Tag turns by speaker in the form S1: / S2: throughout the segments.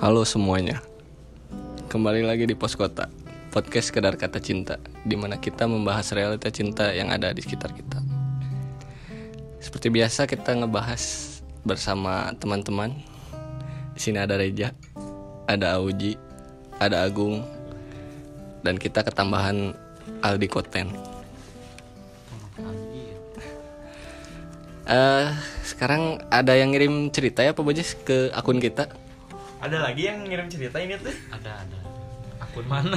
S1: Halo semuanya. Kembali lagi di Pos Kota, podcast sekedar kata cinta, di mana kita membahas realita cinta yang ada di sekitar kita. Seperti biasa kita ngebahas bersama teman-teman. Di sini ada Reja, ada Auji, ada Agung, dan kita ketambahan Aldi Koten. Eh, sekarang ada yang ngirim cerita ya Pak Bojes ke akun kita?
S2: Ada lagi yang ngirim cerita ini tuh?
S3: ada ada akun mana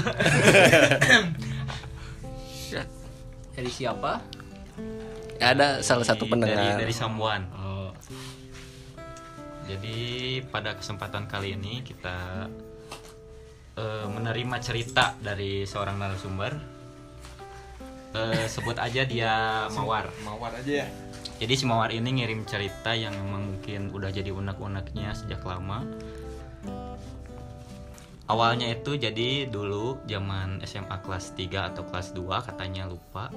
S4: Dari siapa?
S1: Ada salah satu
S3: Dari-
S1: pendengar.
S3: dari, dari Samuan oh. jadi pada kesempatan kali ini kita eh, menerima cerita dari seorang narasumber Eh, sebut aja dia Mawar
S2: Mawar aja ya.
S3: jadi si Mawar ini ngirim cerita yang memang mungkin udah jadi unek-uneknya sejak lama Awalnya itu jadi dulu zaman SMA kelas 3 atau kelas 2 katanya lupa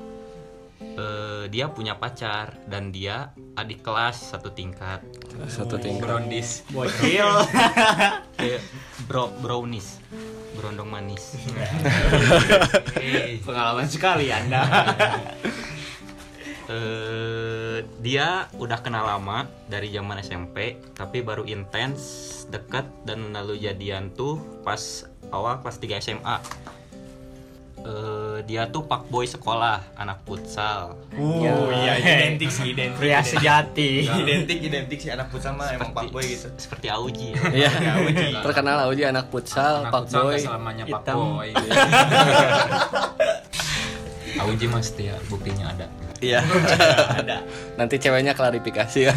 S3: eh, Dia punya pacar dan dia adik kelas satu tingkat
S1: Satu tingkat.
S2: Brownies.
S3: Bocil Kayak Bro, brownies Berondong manis
S2: Pengalaman sekali Anda.
S3: eh dia udah kenal lama dari zaman SMP, tapi baru intens, dekat dan lalu jadian tuh pas awal kelas 3 SMA. Eh dia tuh fuckboy sekolah, anak futsal.
S2: Oh iya, identik sih, identik. Pria Iya, sejati. Identik, identik sih anak putra mah emang Pak Boy gitu.
S3: Seperti Auji. ya.
S1: Iya, terkenal Auji anak futsal, Pak Boy.
S5: selamanya Pak
S2: Hitam.
S5: Boy
S3: Auji mah setia, buktinya ada.
S1: Iya.
S2: Ada.
S1: Nanti ceweknya klarifikasi ya.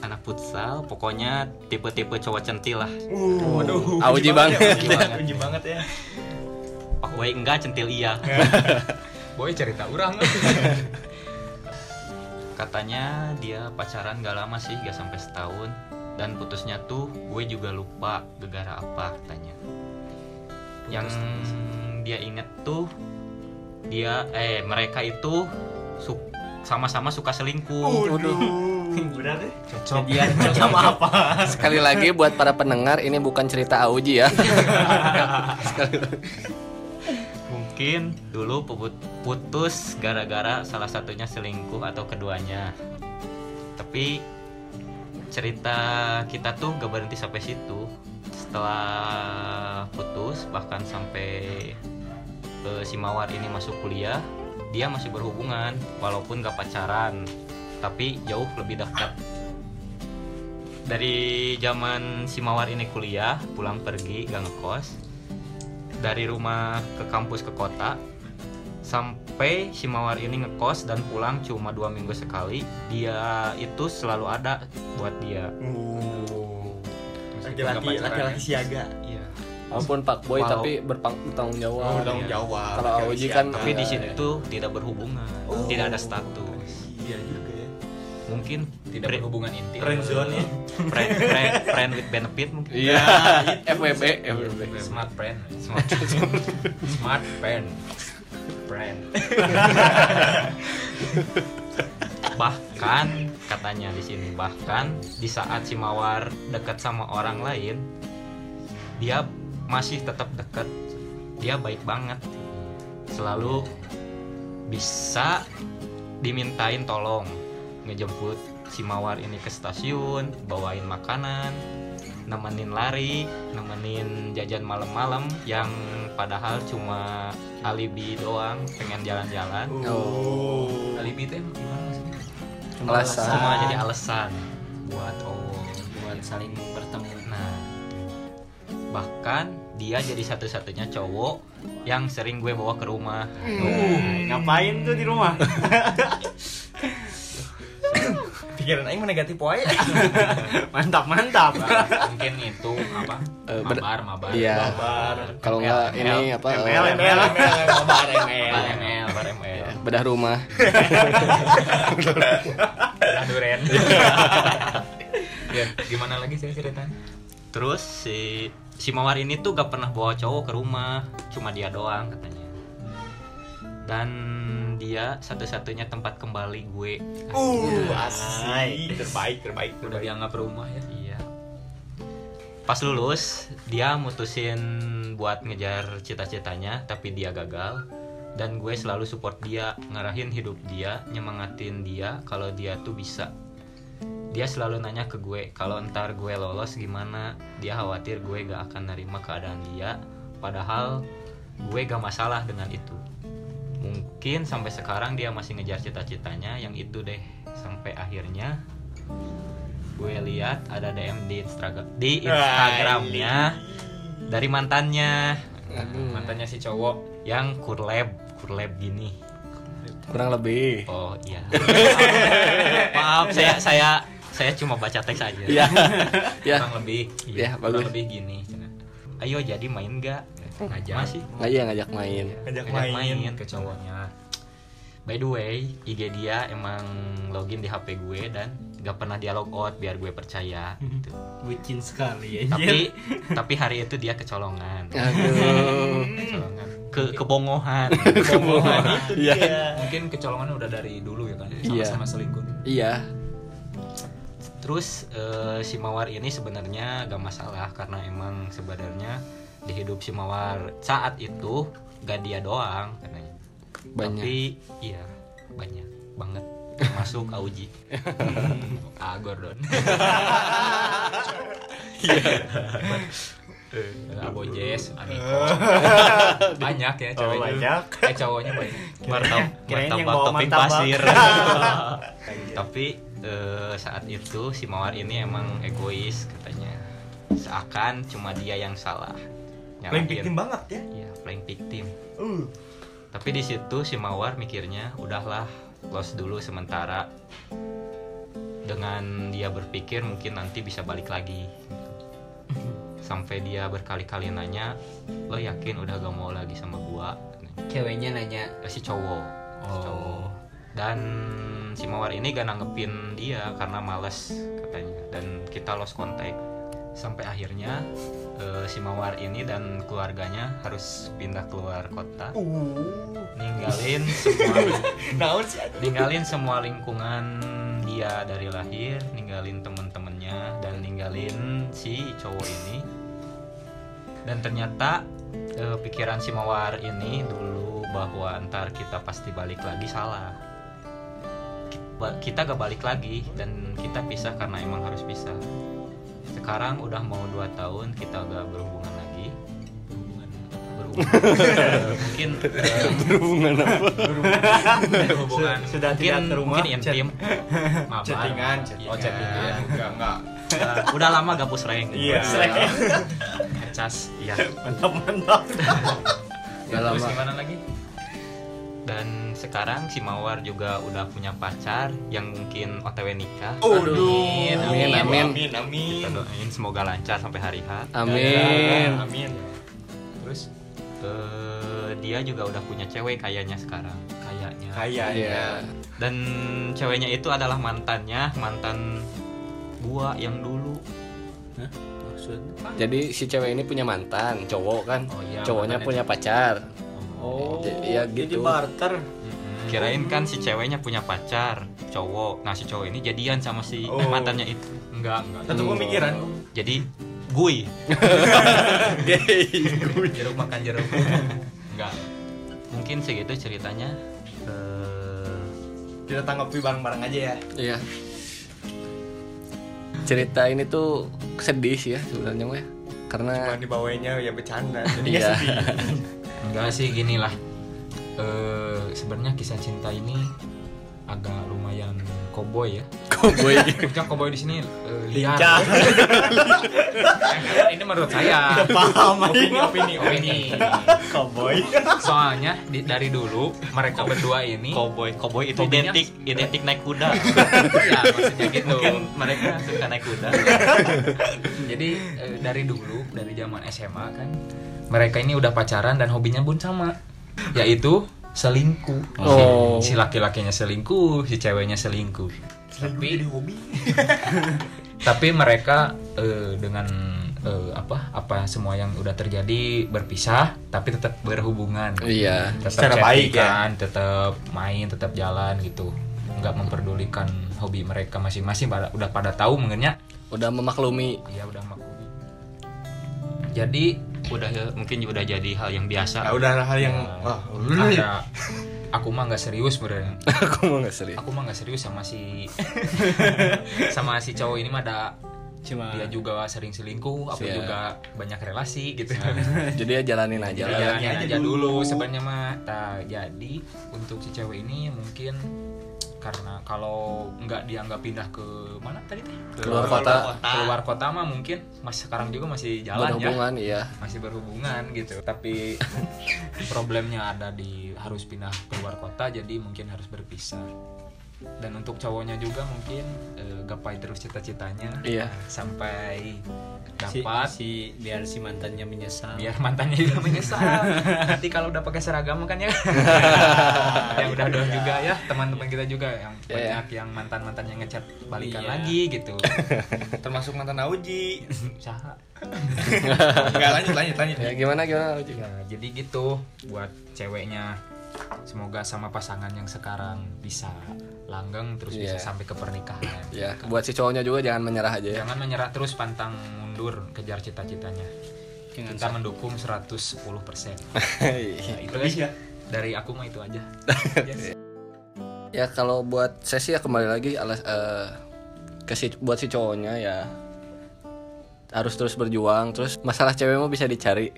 S3: Anak futsal, pokoknya tipe-tipe cowok centil lah.
S2: Waduh.
S1: Auji banget.
S2: Uji banget, uji banget ya.
S3: Fuckboy enggak, centil iya.
S5: Boy cerita orang
S3: Katanya dia pacaran gak lama sih, gak sampai setahun. Dan putusnya tuh gue juga lupa gegara apa katanya. Yang dia inget tuh dia eh mereka itu su- sama-sama suka selingkuh.
S2: Benar ya? deh.
S3: Cocok.
S2: Sama apa?
S1: Sekali lagi buat para pendengar ini bukan cerita Auji ya.
S3: Mungkin dulu pebut- putus gara-gara salah satunya selingkuh atau keduanya. Tapi cerita kita tuh gak berhenti sampai situ. Setelah putus bahkan sampai eh, si Mawar ini masuk kuliah, dia masih berhubungan walaupun gak pacaran, tapi jauh lebih dekat. Dari zaman si Mawar ini kuliah, pulang pergi, gak ngekos, dari rumah ke kampus ke kota sampai si Mawar ini ngekos dan pulang cuma dua minggu sekali dia itu selalu ada buat dia Meskipun nggak
S2: Uh. Laki-laki,
S3: pacaran,
S5: ya?
S2: laki-laki siaga.
S3: iya.
S1: Walaupun Pak Boy
S3: Wow.
S1: tapi bertanggung jawab.
S3: Bertanggung
S2: Oh, jawab.
S1: Kalau Auji kan-
S3: tapi di
S1: Iya,
S3: situ tidak berhubungan
S2: Oh.
S3: tidak ada status
S2: Iya juga ya.
S3: mungkin
S5: tidak
S3: friend-
S5: berhubungan intim
S2: Friend zone ya.
S3: friend, friend, friend with benefit mungkin
S1: Iya. FWB, FWB.
S5: smart friend
S3: Semua-
S5: smart friend friend
S3: bahkan katanya di sini bahkan di saat si mawar dekat sama orang lain dia masih tetap dekat dia baik banget selalu bisa dimintain tolong ngejemput si mawar ini ke stasiun bawain makanan nemenin lari nemenin jajan malam-malam yang padahal cuma alibi doang pengen jalan-jalan
S2: Oh.
S5: alibi itu emang gimana sih
S1: Alasan.
S3: semua jadi alasan buat oh
S4: Buat saling bertemu.
S3: nah bahkan dia jadi satu-satunya cowok yang sering gue bawa ke rumah
S2: Uh.
S3: Nah,
S2: ngapain tuh di rumah? Pikiran aing mah negatif wae. mantap, mantap.
S3: Nah,
S5: mungkin itu apa
S1: Eh, ber-
S5: mabar mabar
S1: Iya.
S2: Kabar.
S1: Kalau nggak
S3: ML,
S1: ini apa? Iya.
S2: ML,
S1: eh,
S2: ML, ML, kabar
S3: Bar
S2: ML.
S3: ML, bar ML.
S1: Bedah rumah.
S5: duren
S3: Iya.
S5: ya gimana lagi saya ceritanya
S3: terus si si mawar ini tuh gak pernah bawa cowok ke rumah cuma dia doang katanya dan dia satu-satunya tempat kembali gue
S2: Uh, asik. Iya. Terbaik, terbaik,
S5: udah
S2: terbaik.
S5: dianggap rumah ya
S3: Iya. Gitu. pas lulus dia mutusin buat ngejar cita-citanya tapi dia gagal dan gue selalu support dia ngarahin hidup dia nyemangatin dia kalau dia tuh bisa dia selalu nanya ke gue kalau ntar gue lolos gimana dia khawatir gue gak akan nerima keadaan dia padahal gue gak masalah dengan itu mungkin sampai sekarang dia masih ngejar cita-citanya yang itu deh sampai akhirnya gue lihat ada DM di Instagram di Instagramnya dari mantannya
S5: mantannya si cowok
S3: yang kurleb kurleb gini
S1: kurang lebih
S3: oh iya maaf saya saya saya cuma baca teks aja iya,
S1: ya ya
S5: kurang lebih
S1: ya
S5: kurang
S1: bagus
S5: lebih gini cina.
S3: ayo jadi main gak
S5: ngajak
S3: masih
S1: nggak ya ngajak main
S2: Ngajak
S3: ngajak main.
S5: main ke cowoknya
S3: by the way IG dia emang login di HP gue dan gak pernah dia log out biar gue percaya gitu.
S4: Bucin sekali
S2: Iya.
S3: tapi tapi hari itu dia kecolongan
S1: Ah. Aduh.
S5: kecolongan
S3: ke kebongohan
S1: Kebohongan. Iya.
S5: mungkin kecolongan udah dari dulu ya kan
S1: Iya.
S5: sama-sama selingkuh
S1: Iya.
S3: Terus eh, si Mawar ini sebenarnya gak masalah karena emang sebenarnya di hidup si Mawar saat itu gak dia doang katanya.
S1: Banyak.
S3: Tapi iya banyak banget masuk Auji. ah Gordon.
S2: Iya.
S3: Iya.
S5: abojes Aniko banyak ya ceweknya
S2: Oh, banyak.
S5: eh cowoknya banyak
S3: Martab-
S2: kirain
S3: martabak
S2: yang bawa
S3: topping
S2: martabak.
S3: pasir. Tapi eh, saat itu si Mawar ini emang egois katanya. Seakan cuma dia yang salah.
S2: Paling
S3: Nyalahin.
S2: victim banget ya.
S3: Iya, playing victim.
S2: Uh.
S3: Tapi di situ si Mawar mikirnya, udahlah, close dulu sementara. Dengan dia berpikir mungkin nanti bisa balik lagi. Sampai dia berkali-kali nanya, lo yakin udah gak mau lagi sama gua?
S4: Ceweknya nanya Oh.
S3: Eh, Si cowok, si cowok. Dan si Mawar ini gak nanggepin dia karena males katanya. Dan kita lost contact. Sampai akhirnya eh, si Mawar ini dan keluarganya harus pindah keluar kota
S2: Uh.
S3: ninggalin semua
S2: Naon sih?
S3: ninggalin semua lingkungan dia dari lahir ninggalin temen-temennya dan ninggalin si cowok ini dan ternyata eh, pikiran si mawar ini dulu bahwa ntar kita pasti balik lagi salah Ki- ba- kita gak balik lagi dan kita pisah karena emang harus pisah sekarang udah mau 2 tahun kita gak berhubungan lagi berhubungan mungkin eh,
S1: Berhubungan apa?
S5: hubungan
S2: Sudah tidak
S3: mungkin
S2: ke rumah.
S3: mungkin intim
S5: mabar
S2: Chattingan,
S5: oh chattingan enggak enggak
S3: Eh, udah lama gak push rank
S2: Iya.
S5: ngecas
S3: Iya.
S2: Mantap
S1: Udah
S2: mantap.
S5: terus
S3: ya,
S1: lama.
S5: gimana lagi
S3: dan sekarang si Mawar juga udah punya pacar yang mungkin otw nikah
S2: Aduh.
S1: Amin, amin.
S2: Amin amin.
S3: kita doain semoga lancar sampai hari H
S1: Amin.
S2: Amin.
S5: terus
S3: Eh, dia juga udah punya cewek kayaknya sekarang kayaknya
S1: Iya.
S2: ya. Kayaknya.
S3: dan ceweknya itu adalah mantannya mantan gua yang dulu Hmm,
S4: maksudnya
S1: Jadi si cewek ini punya mantan, cowok kan?
S5: Oh iya,
S1: Cowoknya punya
S5: mantannya
S1: pacar.
S2: Oh.
S1: Ya,
S2: Jadi
S1: gitu.
S2: barter.
S3: kirain kan si ceweknya punya pacar cowok nah si cowok ini jadian sama si
S2: Oh.
S3: mantannya itu
S5: enggak enggak
S2: Satu pemikiran.
S3: jadi gui
S5: jeruk makan jeruk enggak
S3: mungkin segitu ceritanya Eh,
S2: Kita tanggapi bareng-bareng aja ya.
S1: Iya. Cerita ini tuh sedih sih ya sebenarnya mah. ya. Karena
S2: Cuma dibawainya ya bercanda.
S1: Iya.
S5: enggak sih gini lah Eh, sebenarnya kisah cinta ini agak lumayan koboi ya
S1: koboi.
S5: Maksudnya koboi di sini eh, liar Eh,
S2: Lincah.
S5: ini menurut saya
S2: Paham
S5: opini
S2: aja.
S5: opini opini
S2: Cowboy.
S5: soalnya di- dari dulu mereka berdua ini
S3: Cowboy, cowboy itu
S5: Cowboynya-
S3: identik identik naik kuda.
S5: ya maksudnya gitu
S3: Mungkin mereka suka naik kuda.
S5: jadi eh, dari dulu dari zaman SMA kan mereka ini udah pacaran dan hobinya pun sama yaitu selingkuh
S1: Oh.
S5: si laki-lakinya selingkuh si ceweknya selingkuh tapi
S2: hobi.
S5: tapi mereka eh, dengan eh, apa apa semua yang udah terjadi berpisah tapi tetap berhubungan
S1: Iya.
S5: tetap
S2: Secara baik ya.
S5: chattingan, tetap main tetap jalan gitu nggak memperdulikan hobi mereka masing-masing pada- udah pada tahu mengennya
S1: Udah memaklumi.
S5: Iya udah maklumi. jadi udah mungkin udah jadi hal yang biasa
S3: Nah,
S2: Ya, udah hal yang wah, Iya.
S5: ada aku mah nggak serius beneran
S1: aku mau nggak serius
S5: aku mah nggak serius sama si sama si cowok ini mah ada
S3: Cuma
S5: dia juga sering selingkuh aku
S1: Siap.
S5: juga banyak relasi gitu
S1: jadi ya jalanin aja lah
S5: jalan
S2: Jalanin
S5: aja,
S2: aja
S5: dulu,
S2: dulu.
S5: sebenarnya mah Nah, jadi untuk si cewek ini mungkin karena kalau nggak dia nggak pindah ke mana tadi teh
S1: Keluar kota.
S5: keluar kota mah mungkin mas sekarang juga masih jalan ya
S1: berhubungan iya
S5: masih berhubungan gitu tapi problemnya ada di harus pindah keluar kota jadi mungkin harus berpisah dan untuk cowoknya juga mungkin eh, gapai terus cita-citanya
S1: Iya.
S5: sampai
S3: si,
S5: dapat
S3: si biar si mantannya menyesal.
S5: biar mantannya juga menyesal nanti kalau udah pakai seragam kan ya yang udah udah juga ya teman-teman kita juga yang
S1: Iya.
S5: banyak yang mantan mantannya ngechat balikan
S3: Iya.
S5: lagi gitu
S2: termasuk mantan Auji
S5: usaha
S2: enggak lanjut lanjut lanjut
S1: ya gimana gimana Uji?
S5: Ya, jadi gitu buat ceweknya. Semoga sama pasangan yang sekarang bisa langgeng terus bisa
S1: Iya.
S5: sampai ke pernikahan.
S1: ya buat si cowoknya juga jangan menyerah aja ya
S5: Jangan menyerah terus pantang mundur kejar cita-citanya.
S3: Jangan
S5: Kita mendukung 110%. Nah, itu aja.
S3: ya?
S5: Dari aku mah itu aja. Yes.
S1: ya kalau buat saya sih ya kembali lagi alas eh, ke si- buat si cowoknya ya harus terus berjuang terus masalah cewek mau bisa dicari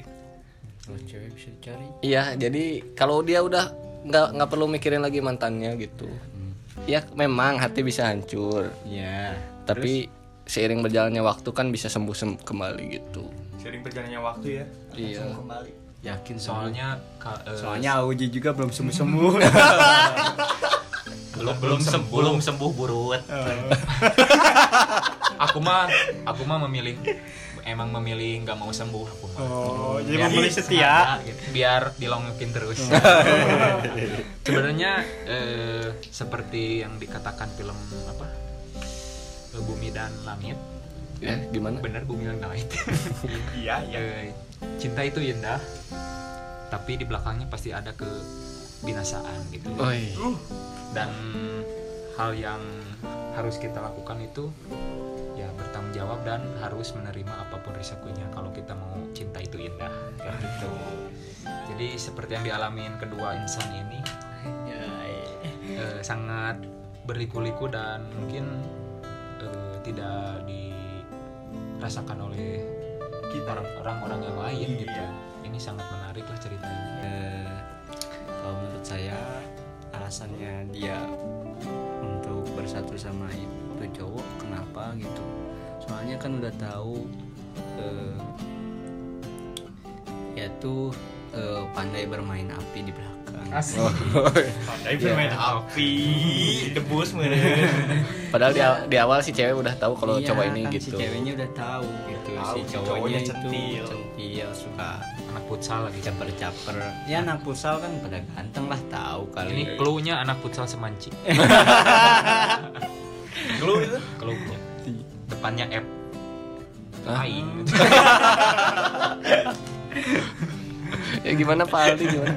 S3: Kalau Oh, cewek bisa dicari.
S1: iya jadi kalau dia udah nggak nggak perlu mikirin lagi mantannya gitu ya memang hati bisa hancur
S3: Ya.
S5: Iya.
S1: tapi seiring berjalannya waktu kan bisa sembuh sem- kembali gitu
S2: sering berjalannya waktu ya
S1: Iya.
S2: Langsung kembali
S3: Yakin soalnya.
S5: Soalnya ka- eh,
S3: Soalnya Auji juga belum sembuh sembuh.
S5: belum belum sembuh, belum sembuh burut. aku mah aku mah memilih emang memilih nggak mau sembuh aku mah.
S3: oh,
S5: Biar-
S3: memilih
S5: sengaja, gitu. biar dilongokin terus sebenarnya eh, seperti yang dikatakan film apa Eh, bumi dan langit
S1: ya gimana
S5: benar bumi dan langit
S2: iya iya
S5: Eh, cinta itu indah tapi di belakangnya pasti ada kebinasaan gitu
S1: Oi.
S5: dan hal yang harus kita lakukan itu ya bertanggung jawab dan harus menerima apapun risikonya kalau kita mau cinta itu indah kayak gitu jadi seperti yang dialamin kedua insan ini eh, sangat berliku-liku dan mungkin eh, tidak dirasakan oleh
S2: kita
S5: orang- orang-orang yang lain
S2: Iya.
S5: gitu ini sangat menarik lah ceritanya
S3: Eh, kalau menurut saya alasannya dia untuk bersatu sama itu cowok kenapa gitu soalnya kan udah tahu eh, ya tuh eh, pandai bermain api di belakang
S1: Oh.
S2: pandai bermain api debus meureun
S1: padahal di, aw- di awal si cewek udah tahu kalau
S3: Iya,
S1: cowok ini
S3: kan
S1: gitu
S3: si ceweknya udah tahu gitu
S2: Tahu,
S3: si
S2: si
S3: cowoknya,
S2: cowoknya
S3: itu
S2: centil.
S3: centil Iya, suka
S5: anak futsal lagi
S3: caper-caper ya anak futsal kan pada ganteng lah tahu kali
S5: ini clue-nya anak futsal semanci
S2: Lu itu
S5: Kalau gua, depannya F.
S1: Hah?
S5: Aing.
S1: ya gimana Pak Aldi gimana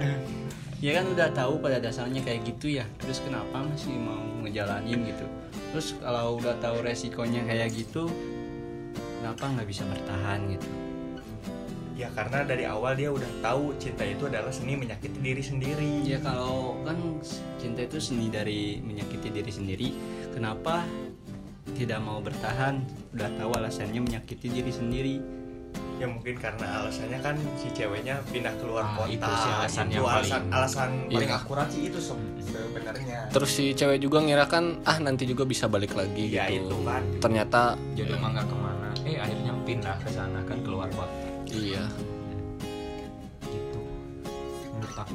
S3: ya kan udah tahu pada dasarnya kayak gitu ya terus kenapa masih mau ngejalanin gitu terus kalau udah tahu resikonya kayak gitu kenapa nggak bisa bertahan gitu
S2: ya karena dari awal dia udah tahu cinta itu adalah seni menyakiti diri sendiri
S3: ya kalau kan cinta itu seni dari menyakiti diri sendiri kenapa tidak mau bertahan udah tahu alasannya menyakiti diri sendiri
S2: ya mungkin karena alasannya kan si ceweknya pindah keluar
S5: Ah,
S2: kota
S5: itu sih alasan
S2: Itu
S5: yang
S2: alasan
S5: paling-
S2: alasan paling
S1: Iya.
S2: akurat sih itu se- sebenarnya
S1: terus si cewek juga ngira kan ah nanti juga bisa balik lagi
S2: ya
S1: gitu
S2: itu kan
S1: ternyata
S5: Jodoh mah nggak kemana. Eh akhirnya pindah ke sana kan keluar kota.
S1: iya
S5: Gitu. Menurut aku.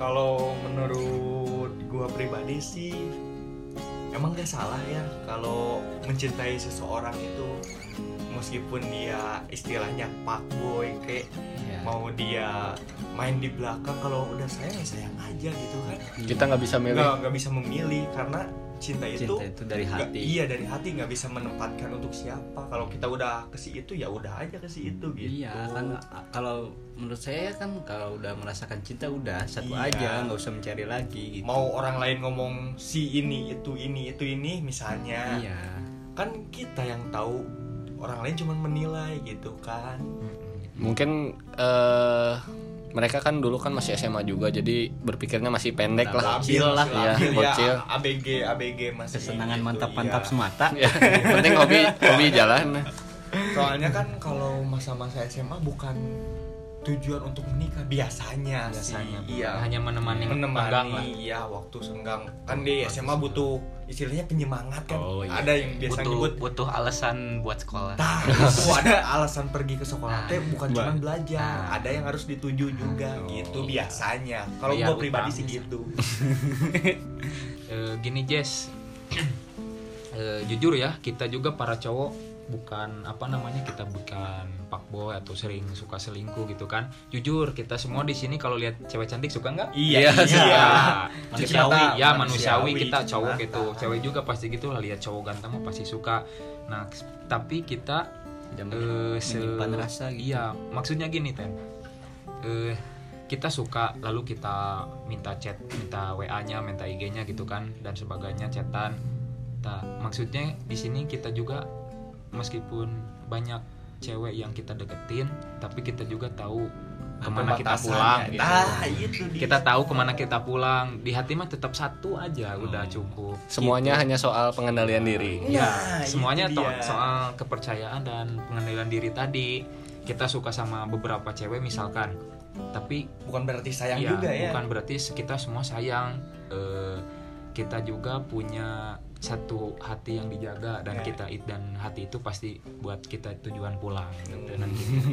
S2: kalau menurut gua pribadi sih emang gak salah ya kalau mencintai seseorang itu meskipun dia istilahnya fuckboy kayak
S3: Iya.
S2: mau dia main di belakang kalau udah sayang ya sayang aja gitu kan
S1: kita nggak bisa
S2: nggak
S1: milih
S2: nggak bisa memilih karena cinta itu
S3: cinta itu dari
S2: Nggak-
S3: hati
S2: iya dari hati nggak bisa menempatkan untuk siapa kalau kita udah ke si itu ya udah aja ke si itu gitu
S3: Iya kan a- kalau menurut saya kan kalau udah merasakan cinta udah satu
S2: Iya.
S3: aja nggak usah mencari lagi gitu.
S2: mau orang lain ngomong si ini itu ini itu ini misalnya
S3: Iya.
S2: kan kita yang tahu orang lain cuman menilai gitu kan
S1: mungkin eh mereka kan dulu kan masih SMA juga jadi berpikirnya masih pendek lah
S2: labil lah
S1: ya
S2: labil ya,
S1: bocil
S2: ABG ABG masih
S6: kesenangan
S2: gitu,
S6: mantap-mantap
S2: iya.
S6: semata
S1: ya yang penting hobi hobi jalan
S2: soalnya kan kalau masa-masa SMA bukan tujuan untuk menikah biasanya,
S5: biasanya
S2: sih iya
S5: hanya menemani penggang lah
S2: menemani ya waktu senggang kan di SMA butuh istilahnya penyemangat kan
S6: Oh, iya.
S2: ada yang biasa
S5: butuh
S2: nyebut
S5: butuh alasan buat sekolah
S2: tah itu ada alasan pergi ke sekolah
S5: Nah,
S2: teh bukan
S6: ba-
S2: cuma belajar
S5: nah.
S2: ada yang harus dituju juga
S6: Oh,
S2: gitu
S6: iya.
S2: biasanya kalau
S5: Iya,
S2: gua pribadi
S5: utang,
S2: sih
S5: iya.
S2: gitu
S5: Eh, gini Jess Eh, jujur ya kita juga para cowok bukan apa namanya kita bukan fuckboy atau sering suka selingkuh gitu kan jujur kita semua di sini kalau lihat cewek cantik suka nggak
S1: Iya,
S5: Iya,
S2: Manusiawi,
S5: manusiawi, ya manusiawi
S2: manusiawi.
S5: kita cowok
S2: Nah,
S5: gitu,
S2: nah.
S5: cewek juga pasti gitu lah lihat cowok ganteng mah pasti suka. Nah, kes- tapi kita eh se-
S6: menyimpan rasa gitu.
S5: Iya, maksudnya gini Ten. Eh, kita suka lalu kita minta chat, minta WA-nya, minta IG-nya gitu kan dan sebagainya chatan. Nah, maksudnya di sini kita juga meskipun banyak cewek yang kita deketin, tapi kita juga tahu kemana kita
S2: Pembatasannya.
S5: pulang gitu
S2: nah itu dia
S5: kita tahu kemana kita pulang di hati mah tetap satu aja udah cukup
S1: Hmm. semuanya
S5: Gitu.
S1: hanya soal pengendalian diri
S5: ya
S2: Nah,
S5: semuanya
S2: itu
S5: to-
S2: dia.
S5: soal kepercayaan dan pengendalian diri tadi kita suka sama beberapa cewek misalkan tapi
S2: bukan berarti sayang
S5: ya,
S2: juga ya
S5: bukan berarti kita semua sayang Eh, kita juga punya satu hati yang dijaga dan
S2: Ya.
S5: kita dan hati itu pasti buat kita tujuan pulang
S2: Hmm.
S5: gitu, Dan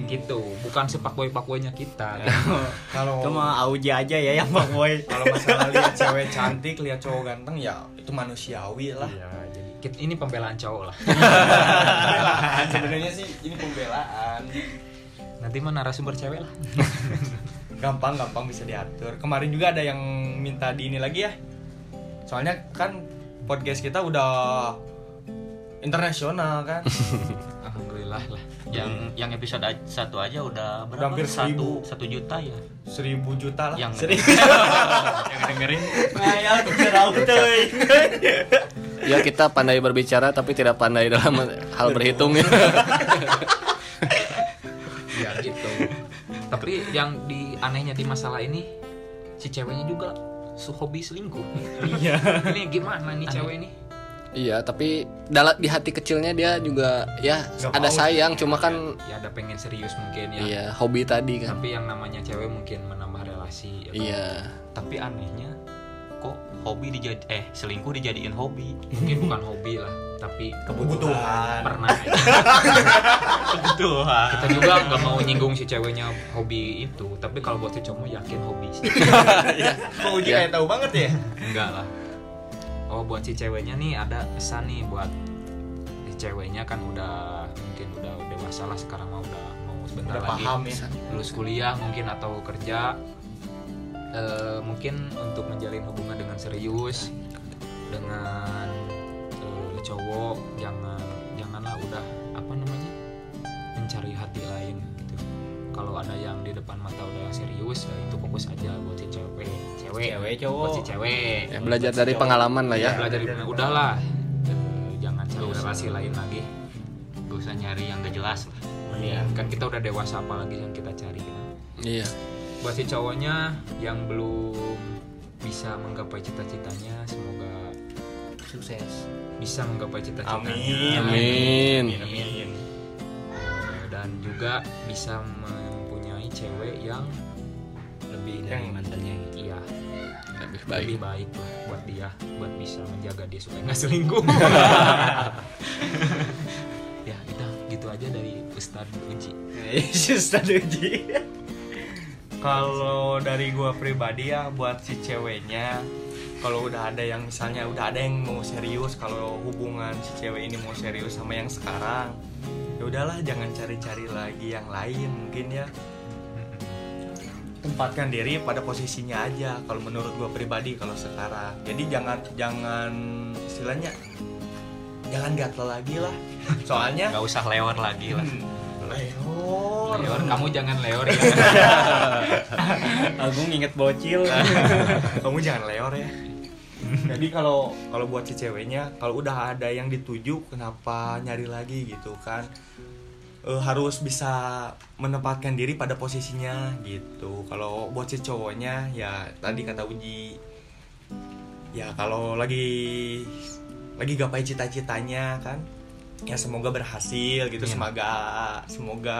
S5: gitu. bukan sepak boy boy-nya kita
S2: Ya. kalau
S6: itu mah auja aja ya yang bang boy
S2: kalau masalah lihat cewek cantik lihat cowok ganteng ya itu manusiawi lah
S5: Iya, jadi kita- ini pembelaan cowok lah
S2: pembelaan sebenarnya sih ini pembelaan
S5: nanti mah narasumber cewek lah
S2: gampang gampang bisa diatur kemarin juga ada yang minta di ini lagi ya soalnya kan podcast kita udah internasional kan
S5: alhamdulillah lah
S3: yang yang episode a- satu aja udah berapa?
S2: hampir
S3: satu
S2: seribu.
S3: satu juta ya
S2: seribu juta lah
S3: Yang-
S2: seribu
S3: yang dengerin
S2: ayat terautoy
S1: ya kita pandai berbicara tapi tidak pandai dalam hal berhitung
S5: ya gitu tapi yang di anehnya di masalah ini si ceweknya juga su hobi selingkuh
S3: Iya.
S5: ini gimana nih cewek ini
S1: iya tapi dalam di hati kecilnya dia juga ya
S2: Nggak
S1: ada
S2: mau.
S1: sayang cuma kan
S5: ya ada pengen serius mungkin ya
S1: iya hobi tadi kan
S5: tapi yang namanya cewek mungkin menambah relasi ya kan?
S1: iya
S3: tapi anehnya kok hobi dijadi eh selingkuh dijadiin hobi
S5: mungkin bukan hobi lah tapi
S3: Iya.
S2: kebutuhan
S5: pernah aja.
S3: Tuhan
S5: kita juga nggak mau nyinggung si ceweknya hobi itu tapi kalau buat si cowok mah yakin hobi sih
S2: kok uji kayak tahu banget ya
S5: enggak lah oh buat si ceweknya nih ada pesan nih buat si ceweknya kan udah mungkin udah dewasa lah sekarang mah udah mau sebentar
S2: udah
S5: lagi
S2: paham ya
S5: lulus kuliah mungkin atau kerja Eh, mungkin untuk menjalin hubungan dengan serius dengan eh, cowok jangan janganlah udah apa namanya mencari hati lain gitu kalau ada yang di depan mata udah serius ya itu fokus aja buat si cewek cewek
S6: Cewek,
S5: buat si
S6: cowok.
S5: cewek
S1: Ya, belajar dari pengalaman lah ya
S5: ya belajar di udahlah eh, jangan cari relasi lain lagi
S3: gak usah nyari yang gak jelas lah
S5: Mending kan kita udah dewasa apalagi yang kita cari kan
S1: iya
S5: buat si cowoknya yang belum bisa menggapai cita-citanya semoga
S6: sukses
S5: bisa menggapai cita-citanya
S2: Amin.
S1: Iya. amin
S2: Amin.
S5: Eh, dan juga bisa mempunyai cewek yang
S6: lebih dari
S2: Yang-
S6: mantannya gitu
S5: iya
S1: lebih baik
S5: lebih baik lah buat dia buat bisa menjaga dia supaya nggak selingkuh ya udah gitu aja dari Ustadz Uji
S2: Susah uji Kalau dari gua pribadi ya buat si ceweknya kalau udah ada yang misalnya udah ada yang mau serius kalau hubungan si cewek ini mau serius sama yang sekarang ya udahlah jangan cari-cari lagi yang lain mungkin ya tempatkan diri pada posisinya aja kalau menurut gua pribadi kalau sekarang jadi jangan jangan istilahnya jangan gatel lagi lah soalnya
S3: nggak usah lewat lagi lah
S2: Leor.
S5: Leor kamu jangan Leor ya
S6: Agung inget bocil
S2: Kamu jangan leor ya. jadi kalau kalau buat si ceweknya kalau udah ada yang dituju kenapa nyari lagi gitu kan Eh, harus bisa menempatkan diri pada posisinya gitu kalau buat si cowoknya ya tadi kata uji ya kalau lagi lagi gapai cita-citanya kan ya semoga berhasil gitu
S3: Amin.
S2: semoga semoga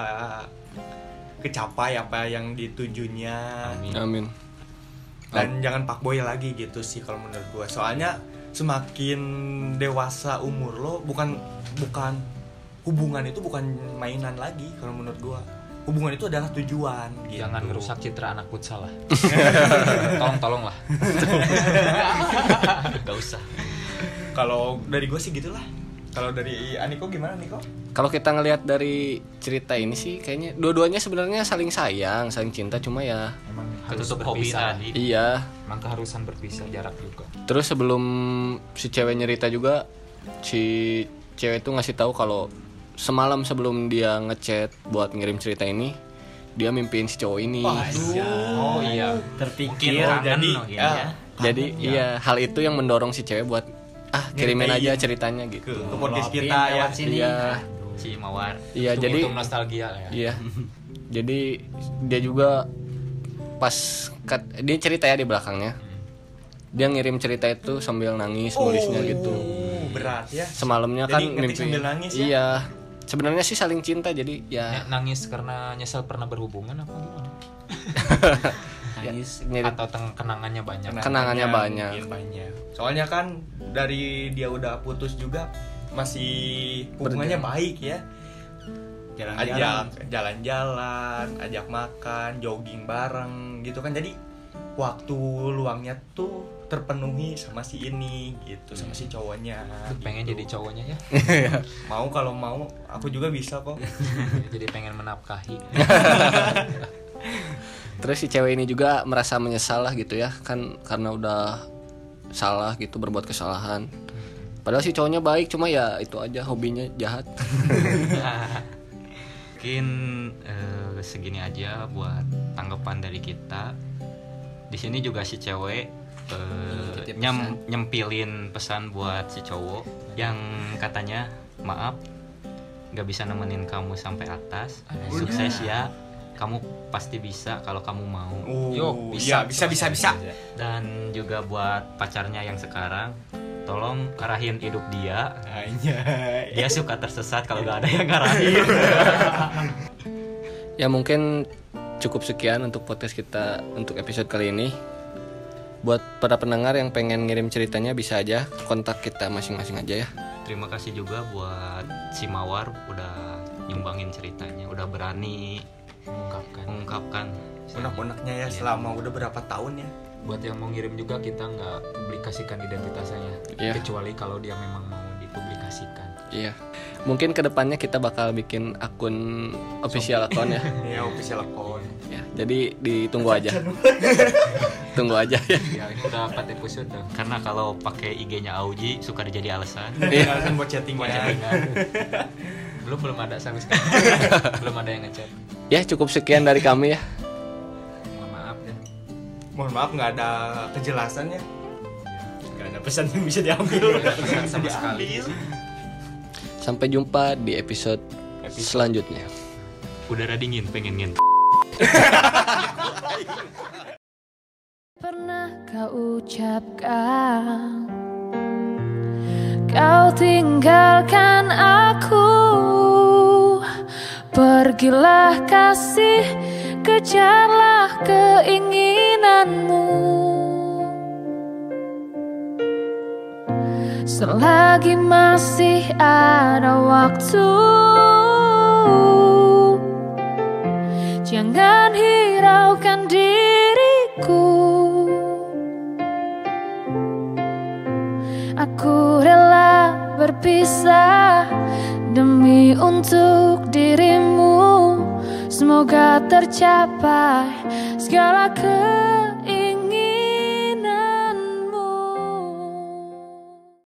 S2: kecapai apa yang ditujunya
S3: Amin.
S1: Amin.
S2: dan jangan pak boy lagi gitu sih kalau menurut gue soalnya semakin dewasa umur lo bukan bukan hubungan itu bukan mainan lagi kalau menurut gue hubungan itu adalah tujuan gitu.
S3: Jangan ngerusak citra anak futsal lah. tolong tolong lah. Gak usah.
S2: kalau dari gue sih gitulah kalau dari Aniko gimana Niko
S1: Kalau kita ngelihat dari cerita ini sih kayaknya dua-duanya sebenarnya saling sayang, saling cinta cuma ya
S3: Emang harus
S5: Ketutup hobi
S3: berpisah.
S5: tadi.
S1: iya.
S3: Emang keharusan berpisah jarak juga.
S1: Terus sebelum si cewek nyerita juga si cewek itu ngasih tahu kalau semalam sebelum dia ngechat buat ngirim cerita ini dia mimpiin si cowok ini.
S3: Oh iya. Mungkin
S4: terpikir
S3: orang-
S2: jadi
S3: no, iya,
S2: ah,
S3: ya.
S1: Jadi iya hal itu yang mendorong si cewek buat ah kirimin
S2: Nyeritain.
S1: aja ceritanya
S2: ke,
S1: gitu.
S2: ke podcast
S4: Lopin
S2: kita ya
S4: lewat sini
S1: Iya.
S3: Si Mawar.
S1: Iya,
S3: Hitung-
S1: jadi-
S3: hitung nostalgia lah ya.
S1: Iya. Jadi dia juga pas kat- dia cerita ya di belakangnya. Dia ngirim cerita itu sambil nangis nulisnya gitu.
S2: Oh, berat ya
S1: Semalamnya
S2: Oh, Jadi
S1: kan
S2: ngetik
S1: mimpi.
S2: sambil nangis ya? nah,
S1: Iya. Sebenarnya sih saling cinta jadi
S3: Ya,
S1: ya
S3: Nangis karena nyesel pernah berhubungan apa gimana?
S4: nangis
S1: nyeri-
S3: Atau teng- kenangannya banyak.
S1: Kenangannya banyak.
S2: mungkin banyak. Soalnya kan dari dia udah putus juga masih hubungannya baik ya.
S4: jarang-jarang
S2: Ajak jalan-jalan, ajak makan, jogging bareng gitu kan. Jadi waktu luangnya tuh terpenuhi sama si ini gitu, sama si cowoknya.
S3: Pengen
S2: gitu.
S3: jadi cowoknya ya.
S2: Mau kalau mau aku juga bisa kok.
S5: Hmm.
S3: jadi pengen menafkahi.
S1: terus si cewek ini juga merasa menyesal lah gitu ya kan karena udah salah gitu berbuat kesalahan. Padahal si cowoknya baik cuma ya itu aja hobinya jahat.
S3: Mungkin eh, segini aja buat tanggapan dari kita. Di sini juga si cewek eh,
S4: Titip
S3: nyem- nyempilin pesan buat si cowok yang katanya maaf nggak bisa nemenin kamu sampai atas. Sukses ya, kamu pasti bisa kalau kamu mau.
S2: Oh,
S5: Yo,
S3: iya,
S2: bisa, bisa, bisa, bisa.
S3: Dan juga buat pacarnya yang sekarang, tolong arahin hidup dia
S2: Iya, Anjay.
S3: dia suka tersesat kalau nggak ada yang ngarahin
S1: Ya mungkin cukup sekian untuk podcast kita untuk episode kali ini. Buat para pendengar yang pengen ngirim ceritanya bisa aja kontak kita masing-masing aja ya.
S3: terima kasih juga buat si mawar udah nyumbangin ceritanya udah berani
S5: Mengungkapkan.
S3: mengungkapkan
S2: Unek-uneknya ya selama udah berapa tahun ya.
S5: Buat yang mau ngirim juga kita nggak publikasikan identitasnya.
S1: Iya.
S5: Kecuali kalau dia memang mau dipublikasikan.
S1: Iya. Mungkin kedepannya kita bakal bikin akun official akun ya.
S2: Ya, official account.
S1: ya. Jadi ditunggu aja. Tunggu aja ya.
S5: Ya ini udah 4 episode dah.
S3: karena kalau pakai IG-nya Auji suka jadi alasan
S2: Iya, alasan buat chatting
S5: Buat
S2: ya.
S5: chattingan. belum belum ada sampai sekarang. belum ada yang ngechat.
S1: Ya cukup sekian dari kami ya.
S5: Mohon maaf ya.
S2: mohon maaf nggak ada kejelasannya nggak ada pesan yang bisa diambil
S5: pesan sama sekali.
S1: Sampai jumpa di episode selanjutnya.
S3: udara dingin pengen ngintip
S7: Pernah kau ucapkan Kau tinggalkan aku Pergilah kasih Kejarlah keinginanmu Selagi masih ada waktu Jangan hiraukan diriku Aku rela berpisah Demi untuk dirimu Semoga tercapai segala keinginan